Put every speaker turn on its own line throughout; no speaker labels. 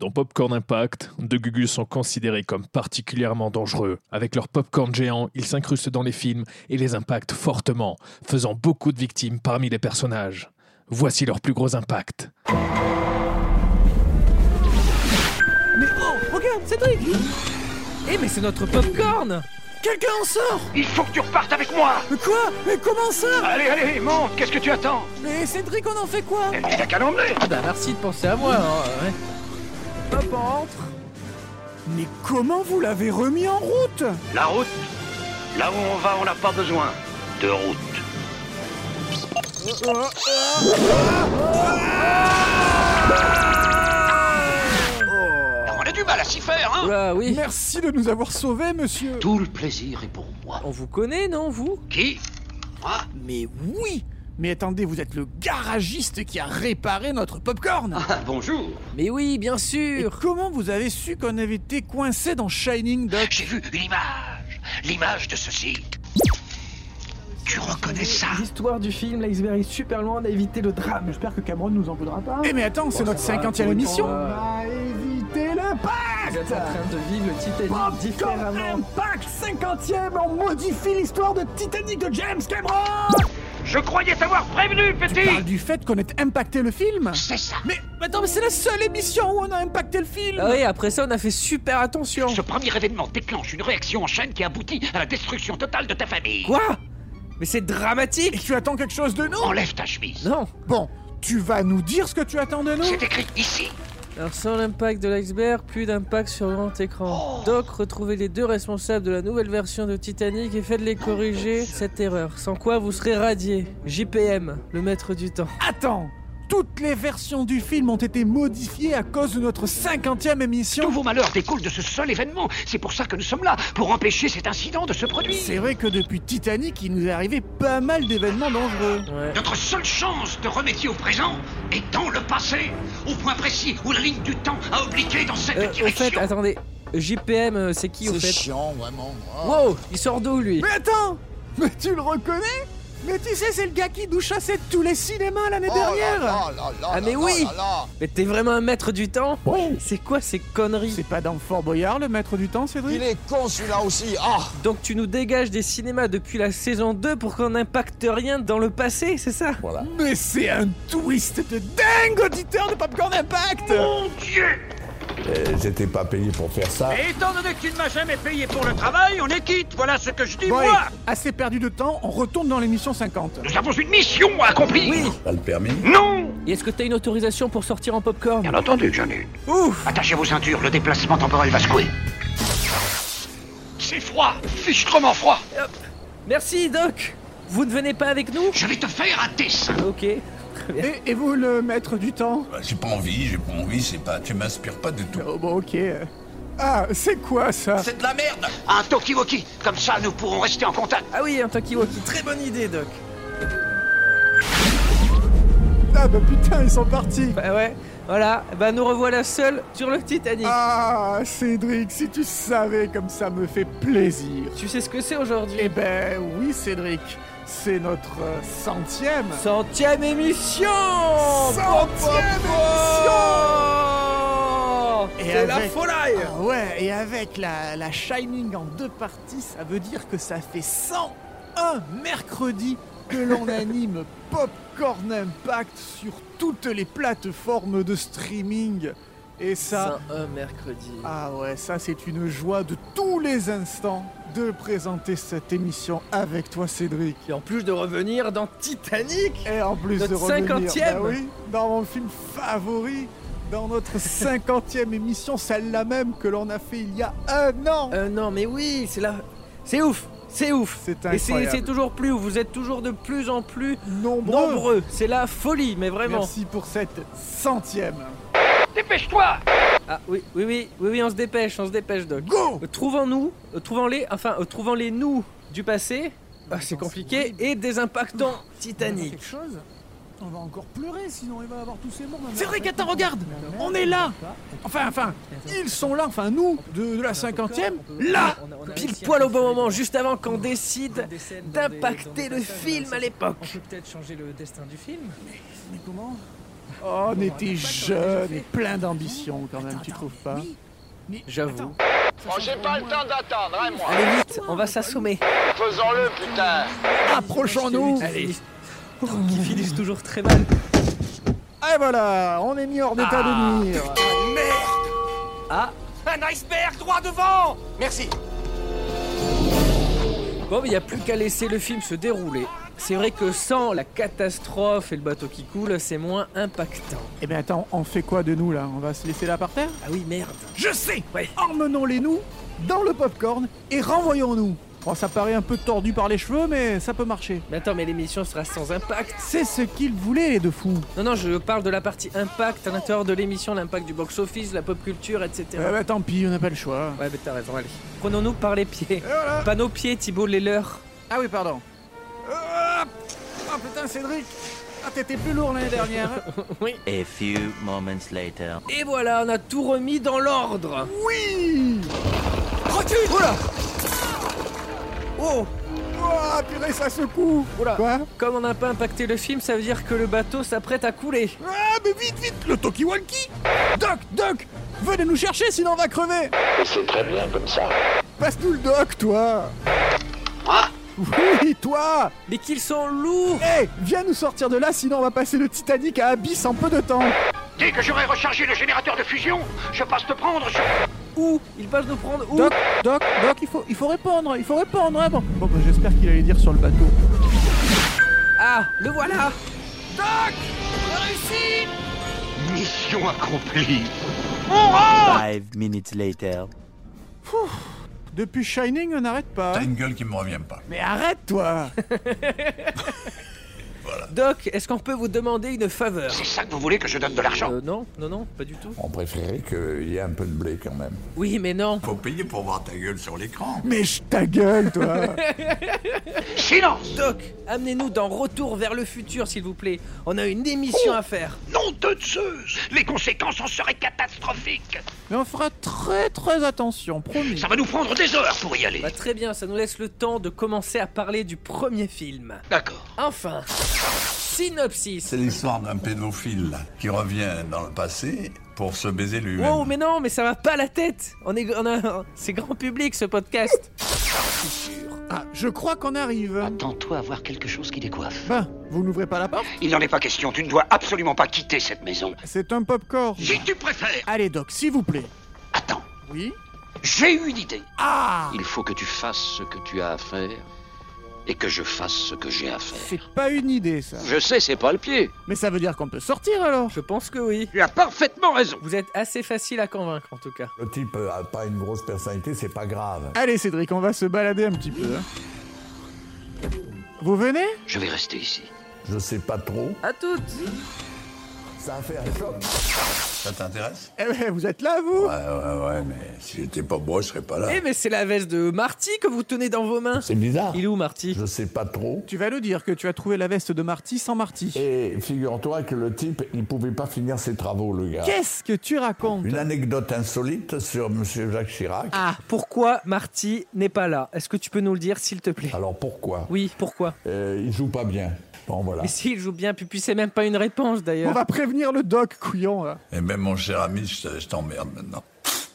Dans Popcorn Impact, deux Gugus sont considérés comme particulièrement dangereux. Avec leur popcorn géant, ils s'incrustent dans les films et les impactent fortement, faisant beaucoup de victimes parmi les personnages. Voici leurs plus gros impacts.
Mais oh, regarde, c'est truc Eh mais c'est notre popcorn Quelqu'un en sort
Il faut que tu repartes avec moi
Mais quoi Mais comment ça
Allez, allez, monte, qu'est-ce que tu attends
Mais Cédric, on en fait quoi
Eh, mais t'as qu'à l'emmener
Ah bah merci de penser à moi, hein, ouais.
Hop, on rentre Mais comment vous l'avez remis en route
La route Là où on va, on n'a pas besoin de route. Ah, On a du mal à s'y faire, hein
Oula, Bah oui.
Merci de nous avoir sauvés, monsieur
Tout le plaisir est pour moi.
On vous connaît, non, vous
Qui Moi
Mais oui Mais attendez, vous êtes le garagiste qui a réparé notre popcorn
Ah, Bonjour
Mais oui, bien
Et
sûr
comment vous avez su qu'on avait été coincé dans Shining, Doc
J'ai vu une image L'image de ceci Tu reconnais ça
L'histoire du film, l'iceberg est super loin d'éviter le drame. J'espère que Cameron nous en voudra
Ah.
pas.
Eh mais attends, c'est
Bon,
notre
Oh, ça va,
50e
pour autant,
émission
euh,
éviter le
Vous êtes en train de vivre le
Popcorn
Titanic différemment.
Impact 50ème On modifie l'histoire de Titanic de James Cameron
Je croyais t'avoir prévenu,
Parle
petit
du fait qu'on ait impacté le film
C'est ça
Mais attends, mais c'est la seule émission où on a impacté le film
Ah oui, après ça, on a fait super attention
Ce premier événement déclenche une réaction en chaîne qui aboutit à la destruction totale de ta famille.
Quoi Mais c'est
Et
dramatique
tu attends quelque chose de nous
Enlève ta chemise.
Non
Bon, tu vas nous dire ce que tu attends de nous
C'est écrit ici.
Alors sans l'impact de l'iceberg, plus d'impact sur le grand écran. Doc, retrouvez les deux responsables de la nouvelle version de Titanic et faites-les corriger cette erreur, sans quoi vous serez radié. JPM, le maître du temps.
Attends Toutes les versions du film ont été modifiées à cause de notre 50ème
Tous
émission
vos malheurs découlent de ce seul événement. C'est pour ça que nous sommes là, pour empêcher cet incident de se produire.
C'est vrai que depuis Titanic, il nous est arrivé pas mal d'événements dangereux.
Ouais.
Notre seule chance de remédier au présent est dans le passé, au point précis où la ligne du temps a obliqué dans cette
Euh, au
direction.
fait, attendez. JPM, euh, c'est qui au fait
chiant, vraiment. Ah.
Wow, il sort d'où lui
Mais attends Mais tu le reconnais Mais tu sais, c'est le gars qui nous chassait de tous les cinémas
Oh
l'année dernière
Ah, mais oui Mais t'es vraiment un maître du temps C'est quoi ces conneries
C'est pas dans Fort Boyard le maître du temps, Cédric
Il est con celui-là aussi. Ah
Donc tu nous dégages des cinémas depuis la saison 2 pour qu'on n'impacte rien dans le passé, c'est ça
Mais c'est un twist de dingue, auditeur de Popcorn Impact
Oh.
Mon Dieu
J'étais pas payé pour faire ça.
Et étant donné que tu ne m'as jamais payé pour le travail, on est quitte. Voilà ce que je dis,
Bon, allez, assez perdu de temps, on retourne dans l'émission 50.
Nous avons une mission à accomplir.
Oui
T'as le permis
Non
Et est-ce que t'as une autorisation pour sortir en popcorn
Bien entendu que j'en ai une.
Ouf
Attachez vos ceintures, le déplacement temporel va secouer. C'est froid, fichtrement froid.
Merci Doc Vous ne venez pas avec nous
Je vais te faire un dessin.
Ok. Très bien.
Et, et vous, le maître du temps
bah, J'ai pas envie, j'ai pas envie, c'est pas. Tu m'inspires pas du tout.
Oh, bon, ok. Ah, c'est quoi ça
C'est de la merde
Un Tokiwoki, comme ça nous pourrons rester en contact.
Ah oui, un Talkie-Walkie, très bonne idée Doc
Ah, bah putain, ils sont partis
Bah ouais, voilà, bah nous revoilà seuls sur le Titanic
Ah, Cédric, si tu savais comme ça me fait plaisir.
Tu sais ce que c'est aujourd'hui
Eh ben oui, Cédric, c'est notre euh, centième.
Centième émission
Centième émission
Oh
Et
C'est la
avec-
folie
Ah ouais, et avec la, la Shining en deux parties, ça veut dire que ça fait 101 mercredis que l'on anime Popcorn Impact sur toutes les plateformes de streaming. Et ça,
un mercredi.
ah ouais, ça c'est une joie de tous les instants de présenter cette émission avec toi Cédric.
Et en plus de revenir dans Titanic
Et en plus
Notre
de revenir,
50e.
bah oui, dans mon film favori, dans notre 50e émission, celle-là même que l'on a fait il y a un an.
Euh non mais oui, c'est là. C'est ouf C'est ouf
C'est
Et c'est-
incroyable.
c'est toujours plus ouf, vous êtes toujours de plus en plus
Nombreux.
nombreux. C'est la folie, mais vraiment.
Merci pour cette centième.
Dépêche-toi
Ah oui, oui, oui, oui, oui, on se dépêche, on se dépêche Doc.
Go
Euh, Trouvons-nous, euh, trouvons-les, enfin, euh, trouvons-les nous du passé. Ah, c'est
Attends,
compliqué. Et désimpactons Titanic.
chose On va encore pleurer, sinon il va avoir tous ses morts.
C'est vrai, attends, regarde
On est là Enfin, enfin, ils sont là, enfin nous, de, de la cinquantième, là
Pile poil au bon moment, juste avant qu'on décide d'impacter le film à l'époque.
peut-être changer le destin du film.
Mais comment Oh, on était jeunes et plein d'ambition quand même, tu trouves pas Mais
J'avoue.
Bon, Oh, j'ai pas le temps d'attendre, hein, moi.
Allez vite, on va s'assommer.
Faisons-le, putain.
approchons-nous
Allez. Qui finissent toujours très mal.
Et voilà, on est mis hors d'état de nuire
Un iceberg droit devant Merci
Bon, mais il n'y a plus qu'à laisser le film se dérouler. C'est vrai que sans la catastrophe et le bateau qui coule, c'est moins impactant.
Eh bien attends, on fait quoi de nous là On va se laisser là par terre
Ah oui, merde.
Je sais
Ouais.
Emmenons-les nous dans le popcorn et renvoyons-nous Bon, ça paraît un peu tordu par les cheveux, mais ça peut marcher.
Mais attends, mais l'émission sera sans impact.
C'est ce qu'ils voulaient, les deux fous
Non, non, je parle de la partie impact à l'intérieur de l'émission, l'impact du box-office, la pop culture, etc.
Eh ben tant pis, on n'a pas le choix.
Ouais, mais t'as raison, allez. Prenons-nous par les pieds.
voilà.
Pas nos pieds, Thibaut, les leurs.
Ah oui, pardon. Hop oh putain, Cédric Ah, t'étais plus lourd l'année dernière hein.
A few moments later.
Et voilà, on a tout remis dans l'ordre.
Oui Recule Oula Oh Oh, purée, ça secoue
Oula.
Quoi
Comme on n'a pas impacté le film, ça veut dire que le bateau s'apprête à couler.
Ah, mais vite, vite Le Tokiwanki Doc, Doc Venez nous chercher, sinon on va crever
Et c'est très bien comme ça.
Passe-nous le doc, toi Oui, toi
Mais qu'ils sont lourds
Eh, viens nous sortir de là, sinon on va passer le Titanic à Abyss en peu de temps
Dès que j'aurai rechargé le générateur de fusion, je passe te prendre, je...
Où Ils passent nous prendre où
Doc, Doc, Doc, il faut, il faut répondre, il faut répondre, hein, bon. Bon, bah, j'espère qu'il allait dire sur le bateau.
Ah, le voilà
Mission accomplie
Five minutes later.
Depuis Shining, on n'arrête pas.
T'as une gueule qui me revient pas.
Mais arrête, toi
Doc, est-ce qu'on peut vous demander une faveur
C'est ça que vous voulez que je donne de l'argent
Euh, non, non, non, pas du tout.
On préférait qu'il y ait un peu de blé quand même.
Oui, mais non.
Faut payer pour voir ta gueule sur l'écran.
Mais je ta gueule, toi
Silence
Doc, amenez-nous dans Retour vers le futur, s'il vous plaît. On a une émission à faire.
Nom de Zeus Les conséquences en seraient catastrophiques
Mais on fera très très attention, promis.
Ça va nous prendre des heures pour y aller
Bah très bien, ça nous laisse le temps de commencer à parler du premier film.
D'accord.
Enfin, synopsis.
C'est l'histoire d'un pédophile là, qui revient dans le passé pour se baiser lui-même.
Wow, Oh, mais non, mais ça va pas la tête. On est, on a- c'est grand public ce podcast.
Ah, je crois qu'on
Ah.
arrive.
Attends-toi à voir quelque chose qui décoiffe.
Ben, vous n'ouvrez pas la porte
Il n'en est pas question, tu ne dois absolument pas quitter cette maison.
C'est un popcorn.
Si tu préfères
Allez, Doc, s'il vous plaît.
Attends,
Oui
j'ai une idée.
Ah
Il faut que tu fasses ce que tu as à faire et que je fasse ce que j'ai à faire.
C'est pas une idée, ça.
Je sais, c'est pas le pied.
Mais ça veut dire qu'on peut sortir, alors
Je pense que oui.
Tu as parfaitement raison.
Vous êtes assez facile à convaincre en tout cas.
Le type a pas une grosse personnalité, c'est pas grave.
Allez, Cédric, on va se balader un petit peu. hein. Vous venez
Je vais rester ici.
Je sais pas trop.
À toutes.
Ça a fait un choc. Ça t'intéresse
Eh ben, vous êtes là, vous
Ouais, Ah ouais, ouais, mais si j'étais pas moi, je serais pas
Bah.
là.
Eh mais c'est la veste de Marty que vous tenez dans vos mains.
C'est bizarre.
Il est où Marty
Je sais pas trop.
Tu vas le dire que tu as trouvé la veste de Marty sans Marty.
Et figure-toi que le type, il pouvait pas finir ses travaux, le gars.
Qu'est-ce que tu racontes
Une anecdote insolite sur M. Jacques Chirac.
Ah, pourquoi Marty n'est pas là Est-ce que tu peux nous le dire s'il te plaît
Ah.
Ah.
Alors pourquoi
Oui, pourquoi
Euh, Il joue pas bien. Bon, voilà.
Mais s'il joue bien, puis c'est même pas une réponse
Ah. On
d'ailleurs.
va prévenir le Doc, couillon, là.
Et même Eh ben, mon cher ami, je je t'emmerde maintenant.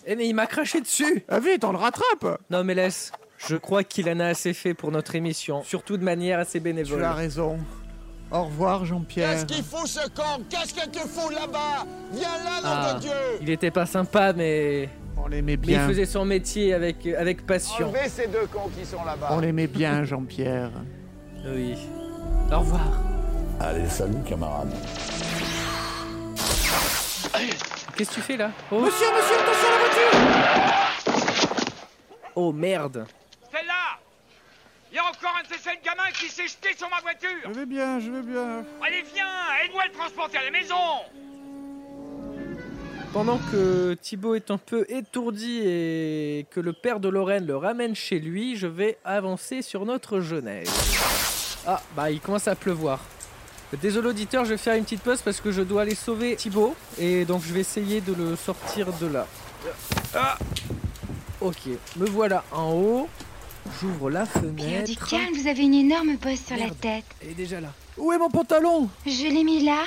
Eh mais il m'a craché dessus.
Ah, vite, on le rattrape
Non mais laisse. Je crois qu'il en a assez fait pour notre émission, surtout de manière assez
Tu
bénévole.
as raison. Au revoir, Jean-Pierre.
Qu'est-ce qu'il faut ce camp Qu'est-ce que tu fous là-bas Viens là, nom
Ah.
de Dieu
Il était pas sympa, mais,
On l'aimait
mais il
bien.
faisait son métier avec, avec passion.
Enlevez ces deux cons qui sont là-bas.
On l'aimait bien, Jean-Pierre.
Oui. Au revoir.
Allez, salut, camarade.
Qu'est-ce que tu fais là oh.
Monsieur, monsieur, attention à la voiture
oh merde.
Celle-là Il y a encore un de ces sept gamins qui s'est jeté sur ma voiture
Je vais bien, je vais bien.
Allez, viens Aide-moi à le transporter à la maison
Pendant que Thibaut est un peu étourdi et que le père de Lorraine le ramène chez lui, je vais avancer sur notre genèse. Ah, bah il commence à pleuvoir. Désolé auditeur, je vais faire une petite pause parce que je dois aller sauver Thibaut et donc je vais essayer de le sortir de là. Ah Ok, me voilà en haut. J'ouvre la
Léo, du
fenêtre.
calme, vous avez une énorme bosse sur la
Merde.
tête.
Elle est déjà là.
Où est mon pantalon
Je l'ai mis là.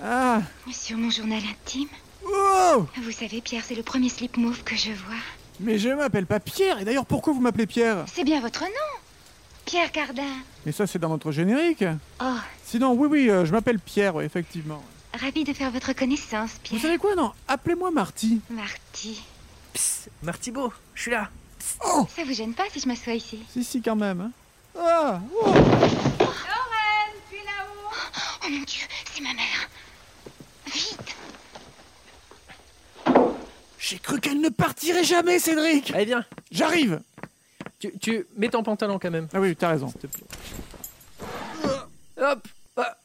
Ah
Sur mon journal intime
Oh
Vous savez, Pierre, c'est le premier slip move que je vois.
Mais je m'appelle pas Pierre, et d'ailleurs pourquoi vous m'appelez Pierre
C'est bien votre nom Pierre Cardin.
Mais ça c'est dans notre générique
Oh,
Sinon, oui, oui, euh, je m'appelle Pierre, ouais, effectivement.
ravi de faire votre connaissance, Pierre.
Vous savez quoi, non Appelez-moi Marty.
Marty.
Martibo, je suis là.
Ça vous gêne pas si je m'assois ici
Si, si, quand même. hein. Ah oh.
Lorraine, puis là-haut Oh mon dieu, c'est ma mère Vite
J'ai cru qu'elle ne partirait jamais, Cédric
Allez, viens.
J'arrive
Tu, tu mets ton pantalon quand même,
Ah oui, t'as raison.
s'il te plaît. Hop. Ah,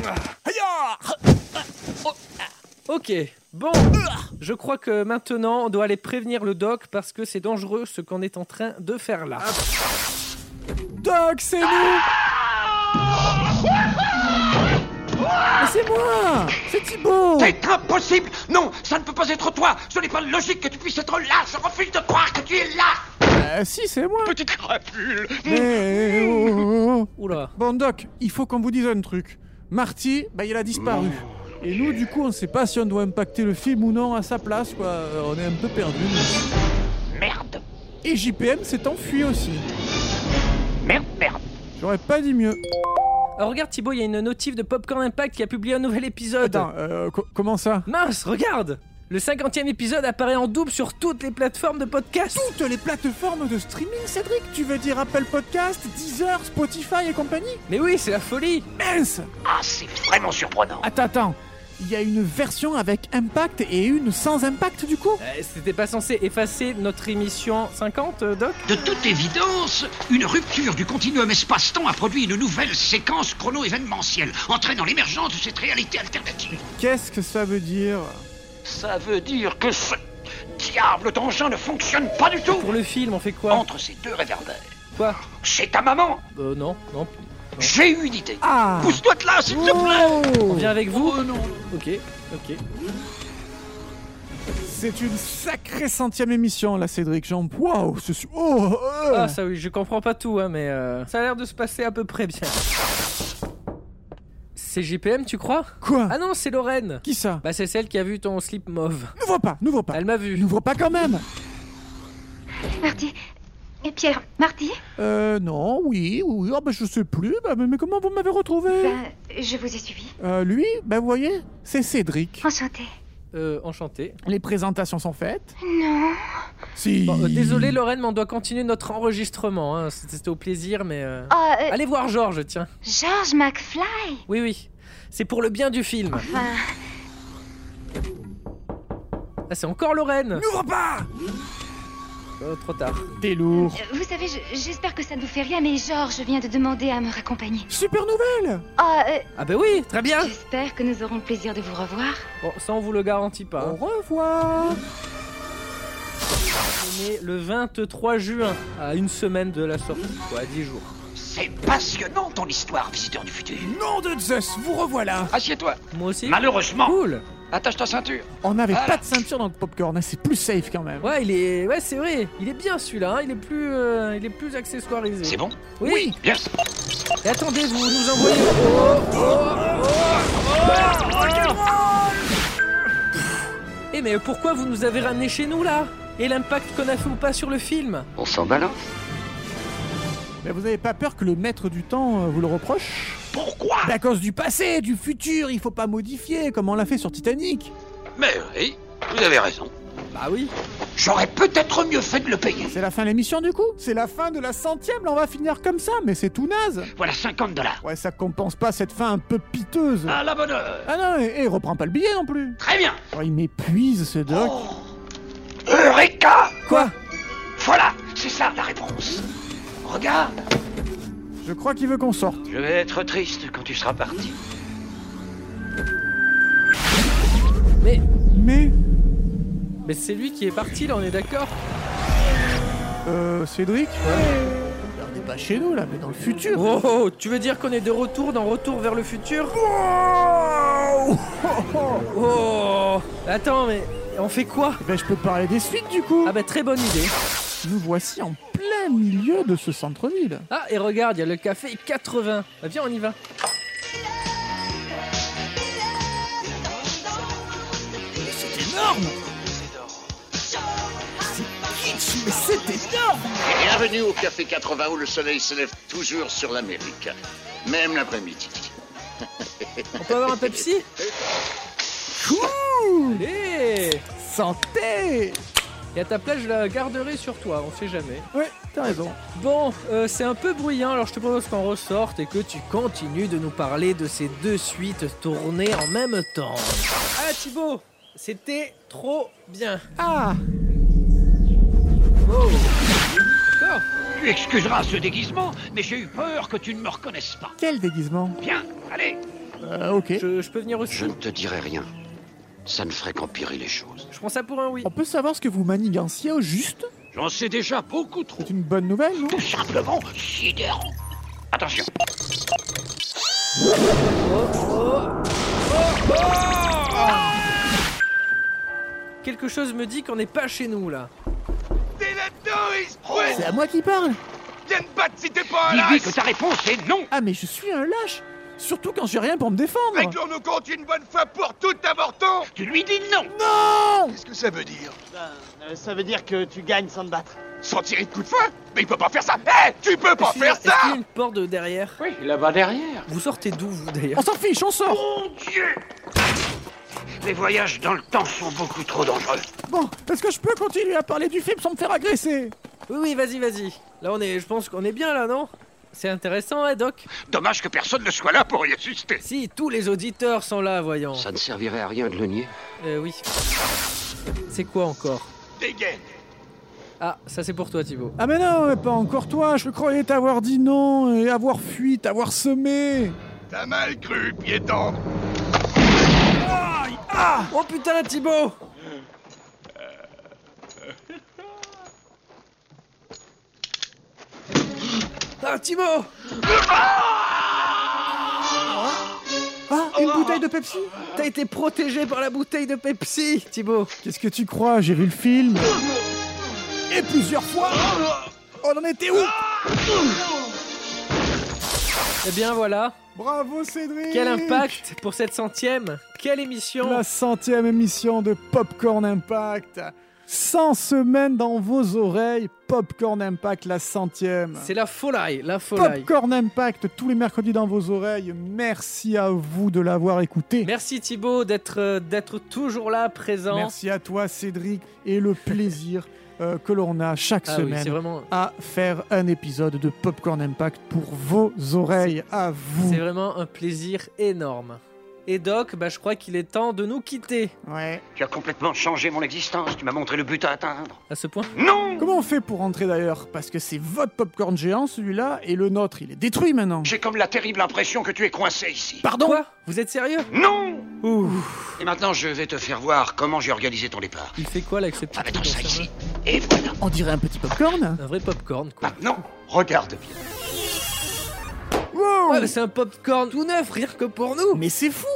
Oh,
Aïe
ah. ok. Bon, je crois que maintenant on doit aller prévenir le doc parce que c'est dangereux ce qu'on est en train de faire là.
Doc, c'est nous Mais c'est moi C'est Thibaut
C'est impossible Non, ça ne peut pas être toi Ce n'est pas logique que tu puisses être là Je refuse de croire que tu es là
Ah si, c'est moi
Petite crapule
Mais oh, oh, oh.
Oula.
Bon, Doc, il faut qu'on vous dise un truc. Marty, bah il a disparu. Et nous, du coup, on sait pas si on doit impacter le film ou non à sa place, quoi. Euh, On est un peu perdu.
Merde
Et JPM s'est enfui aussi.
Merde, merde
J'aurais pas dit mieux.
Alors regarde Thibaut, il y a une notif de Popcorn Impact qui a publié un nouvel épisode.
Attends, euh, co- comment ça
Mince, regarde Le 50e épisode apparaît en double sur toutes les plateformes de podcast.
Toutes les plateformes de streaming, Cédric Tu veux dire Apple Podcast, Deezer, Spotify et compagnie
Mais oui, c'est la folie
Mince
Ah, c'est vraiment surprenant
Attends, attends. Il y a une version avec impact et une sans impact, du coup
Euh, C'était pas censé effacer notre émission 50, euh, Doc
De toute évidence, une rupture du continuum espace-temps a produit une nouvelle séquence chrono-événementielle, entraînant l'émergence de cette réalité alternative.
Qu'est-ce que ça veut dire
Ça veut dire que ce diable d'engin ne fonctionne pas du tout
Pour le film, on fait quoi
Entre ces deux réverbères,
Quoi
c'est ta maman
Euh, non, non.
J'ai une idée
Ah
Pousse-toi de là, s'il te plaît
On vient avec vous
Oh non
Ok, ok.
C'est une sacrée centième émission, là, Cédric Jean. Waouh c'est su- Oh euh.
Ah, ça oui, je comprends pas tout, hein, mais euh, ça a l'air de se passer à peu près bien. C'est JPM, tu crois
Quoi
Ah non, c'est Lorraine
Qui ça
Bah, c'est celle qui a vu ton slip mauve.
N'ouvre pas, n'ouvre pas
Elle m'a vu.
N'ouvre pas quand même
Marty Et Pierre, Marty
Euh, non, oui, oui, oh, bah, je sais plus, bah, mais mais comment vous m'avez retrouvé
Ben, je vous ai suivi.
Euh, lui, bah, vous voyez, c'est Cédric.
Enchantée.
Euh, enchanté.
Les présentations sont faites.
Non
Si.
Bon, euh, désolé Lorraine, mais on doit continuer notre enregistrement. hein. C'était c'était au plaisir, mais... euh,
Oh, euh,
Allez voir Georges, tiens.
George McFly
Oui, oui. C'est pour le bien du film.
Enfin,
Ah, c'est encore Lorraine
N'ouvre pas
Oh, Trop tard.
T'es lourd.
euh, vous savez, je- j'espère que ça ne vous fait rien, mais George vient de demander à me raccompagner.
Super nouvelle
Oh, euh,
Ah bah oui, très bien
j'espère que nous aurons le plaisir de vous revoir.
Bon, ça on vous le garantit pas.
Au
hein.
revoir
On est le 23 juin, à une semaine de la sortie. Quoi, 10 jours.
C'est passionnant ton histoire, visiteur du futur
Nom de Zeus, vous revoilà
Assieds-toi
Moi aussi
Malheureusement
Cool
Attache ta ceinture
On n'avait
Voilà.
pas de ceinture dans le popcorn, hein, c'est plus safe quand même.
Ouais, il est... Ouais, c'est vrai. Il est bien celui-là, hein. il est plus... euh, Il est plus accessoirisé.
C'est bon
Oui,
Bien
Et attendez, vous nous envoyez... Oh, oh, oh, oh, oh. Eh mais pourquoi vous nous avez ramenés chez nous, là Et l'impact qu'on a fait ou pas sur le film
On s'en balance
Mais vous avez pas peur que le maître du temps euh, vous le reproche Ben,
Pourquoi
À cause du passé, du futur, il faut pas modifier, comme on l'a fait sur Titanic.
Mais oui, vous avez raison.
Bah oui
J'aurais peut-être mieux fait de le payer.
C'est la fin de l'émission du coup C'est la fin de la centième, là on va finir comme ça, mais c'est tout naze
Voilà 50 dollars.
Ouais, ça compense pas cette fin un peu piteuse.
À la bonne heure.
Ah non, et, et reprends pas le billet non plus
Très bien.
Oh, Il m'épuise ce doc.
Eureka
Oh, Quoi
Voilà, c'est ça la réponse. Regarde.
Je crois qu'il veut qu'on sorte.
Je vais être triste quand tu seras parti.
Mais...
Mais,
Mais c'est lui qui est parti, là, on est d'accord
euh, Cédric On n'est pas chez nous là, mais dans le futur.
Oh, oh, tu veux dire qu'on est de retour dans Retour vers le futur Oh Attends, mais on fait quoi
Ben je peux parler des suites du coup.
Ah bah très bonne idée.
Nous voici en plein milieu de ce centre-ville.
Ah, et regarde, il y a le café 80. Bah viens, on y va.
énorme C'est kitsch, mais c'est énorme
Bienvenue au Café 80 où le soleil se lève toujours sur l'Amérique, même l'après-midi.
On peut avoir un Pepsi
Cool
Allez
Santé
Et à ta place, je la garderai sur toi, on sait jamais.
Ouais, t'as raison.
Bon, euh, c'est un peu bruyant, alors je te propose qu'on ressorte et que tu continues de nous parler de ces deux suites tournées en même temps. Ah Thibaut, c'était trop bien.
Ah
Oh D'accord.
Tu excuseras ce déguisement, mais j'ai eu peur que tu ne me reconnaisses pas.
Quel déguisement
Bien, allez
Euh, ok.
Je, je peux venir aussi.
Je ne te dirai rien. Ça ne ferait qu'empirer les choses.
Je prends ça pour un oui.
On peut savoir ce que vous maniganciez au juste
J'en sais déjà beaucoup trop.
C'est une bonne nouvelle, non
Tout simplement sidérant. Attention.
Quelque chose me dit qu'on n'est pas chez nous là.
T'es là-dedans, esprit
C'est à moi qui parle
Viens te battre si t'es pas là
Dis-lui que ta réponse est non.
Ah, mais je suis un lâche Surtout quand j'ai rien pour me défendre
Réglons nos comptes une bonne fois pour toutes, avortons
Tu lui dis non.
Non
Qu'est-ce que ça veut dire
Ben, euh, ça veut dire que tu gagnes sans te battre.
Sans tirer de coup de feu Mais il peut pas faire ça Hé
Eh,
Tu peux pas
Est-ce qu'il y
faire
a- est-ce qu'il y a
ça
une porte de derrière
Oui, là-bas derrière.
Vous sortez d'où vous d'ailleurs
On s'en fiche, on sort
Mon Dieu Les voyages dans le temps sont beaucoup trop dangereux.
Bon, est-ce que je peux continuer à parler du film sans me faire agresser
Oui oui, vas-y, vas-y. Là on est je pense qu'on est bien là, non c'est intéressant, hein, Doc
Dommage que personne ne soit là pour y assister.
Si, tous les auditeurs sont là, voyons.
Ça ne servirait à rien de le nier.
Euh, oui. C'est quoi encore
Dégaine
Ah, ça c'est pour toi, Thibaut.
Ah mais non, mais pas encore toi, je croyais t'avoir dit non et avoir fui, t'avoir semé
T'as mal cru, piéton
Oh putain, Thibaut Euh. Ah, Thibaut
Ah, une bouteille de Pepsi
T'as été protégé par la bouteille de Pepsi, Thibaut
Qu'est-ce que tu crois, j'ai vu le film Et plusieurs fois On en était où
Eh bien voilà,
Bravo Cédric
quel impact pour cette centième Quelle émission
La centième émission de Popcorn Impact 100 semaines dans vos oreilles, Popcorn Impact, la centième
C'est la folie, la folie.
Popcorn Impact, tous les mercredis dans vos oreilles, merci à vous de l'avoir écouté
Merci Thibaut d'être euh, d'être toujours là, présent.
Merci à toi, Cédric, et le plaisir euh, que l'on a chaque
Ah oui,
semaine
c'est vraiment,
à faire un épisode de Popcorn Impact pour vos oreilles, à vous.
c'est vraiment un plaisir énorme. Et Doc, bah, je crois qu'il est temps de nous quitter
Ouais.
Tu as complètement changé mon existence. Tu m'as montré le but à atteindre.
à ce point.
Non
Comment on fait pour rentrer d'ailleurs Parce que c'est votre popcorn géant, celui-là, et le nôtre, il est détruit maintenant.
J'ai comme la terrible impression que tu es coincé ici.
Pardon
Quoi Vous êtes sérieux
Non
Ouh.
Et maintenant, je vais te faire voir comment j'ai organisé ton départ.
Il fait quoi là avec ce petit
Va mettre
truc
ça
dans sa
ici. Et voilà.
On dirait un petit popcorn
main Un vrai popcorn quoi.
Maintenant, regarde bien.
Wow
Ouais, mais c'est un popcorn tout neuf, rien que pour nous.
Mais c'est fou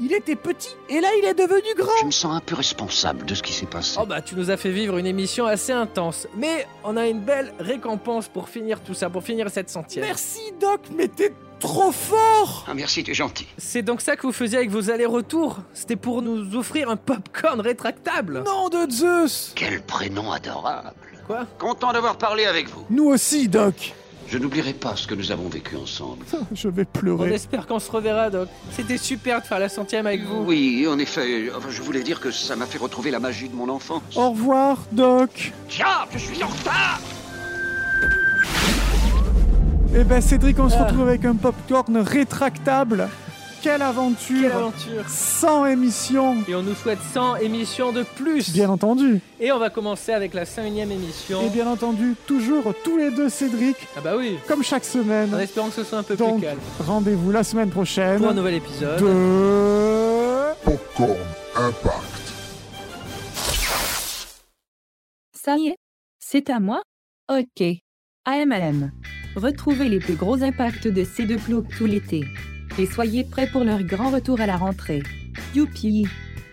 Il était petit, et là, il est devenu
Je
grand
me sens un peu responsable de ce qui s'est passé.
Oh bah tu nous as fait vivre une émission assez intense, mais on a une belle récompense pour finir tout ça, pour finir cette centième.
Merci, Doc, mais t'es trop fort
Ah, merci, tu es gentil.
C'est donc ça que vous faisiez avec vos allers-retours C'était pour nous offrir un popcorn rétractable
Nom de Zeus
Quel prénom adorable.
Quoi
Content d'avoir parlé avec vous.
Nous aussi, Doc
Je n'oublierai pas ce que nous avons vécu ensemble.
Je vais
On
pleurer.
espère qu'on se reverra, Doc. C'était super de faire la centième avec vous.
Oui, en effet. Enfin, je voulais dire que ça m'a fait retrouver la magie de mon enfance.
Au revoir, Doc
Tiens, je suis en retard
Eh ben Cédric, on se
Ah.
retrouve avec un popcorn rétractable. Quelle aventure
Quelle aventure
100 émissions
Et on nous souhaite 100 émissions de plus
Bien entendu.
Et on va commencer avec la 101ème émission.
Et bien entendu, toujours tous les deux Cédric,
Ah bah oui
comme chaque
En
semaine.
espérant que ce soit un peu
Donc, eh ben,
plus calme.
rendez-vous la semaine prochaine
Pour un nouvel épisode.
de...
Popcorn Impact.
Ça y est, c'est à moi Ok. AMM. Retrouvez les plus gros impacts de ces deux ploucs tout l'été. Et soyez prêts pour leur grand retour à la rentrée. Youpi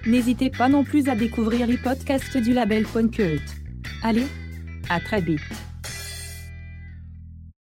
N'hésitez pas non plus à découvrir les podcasts du label Cult. Allez, à très vite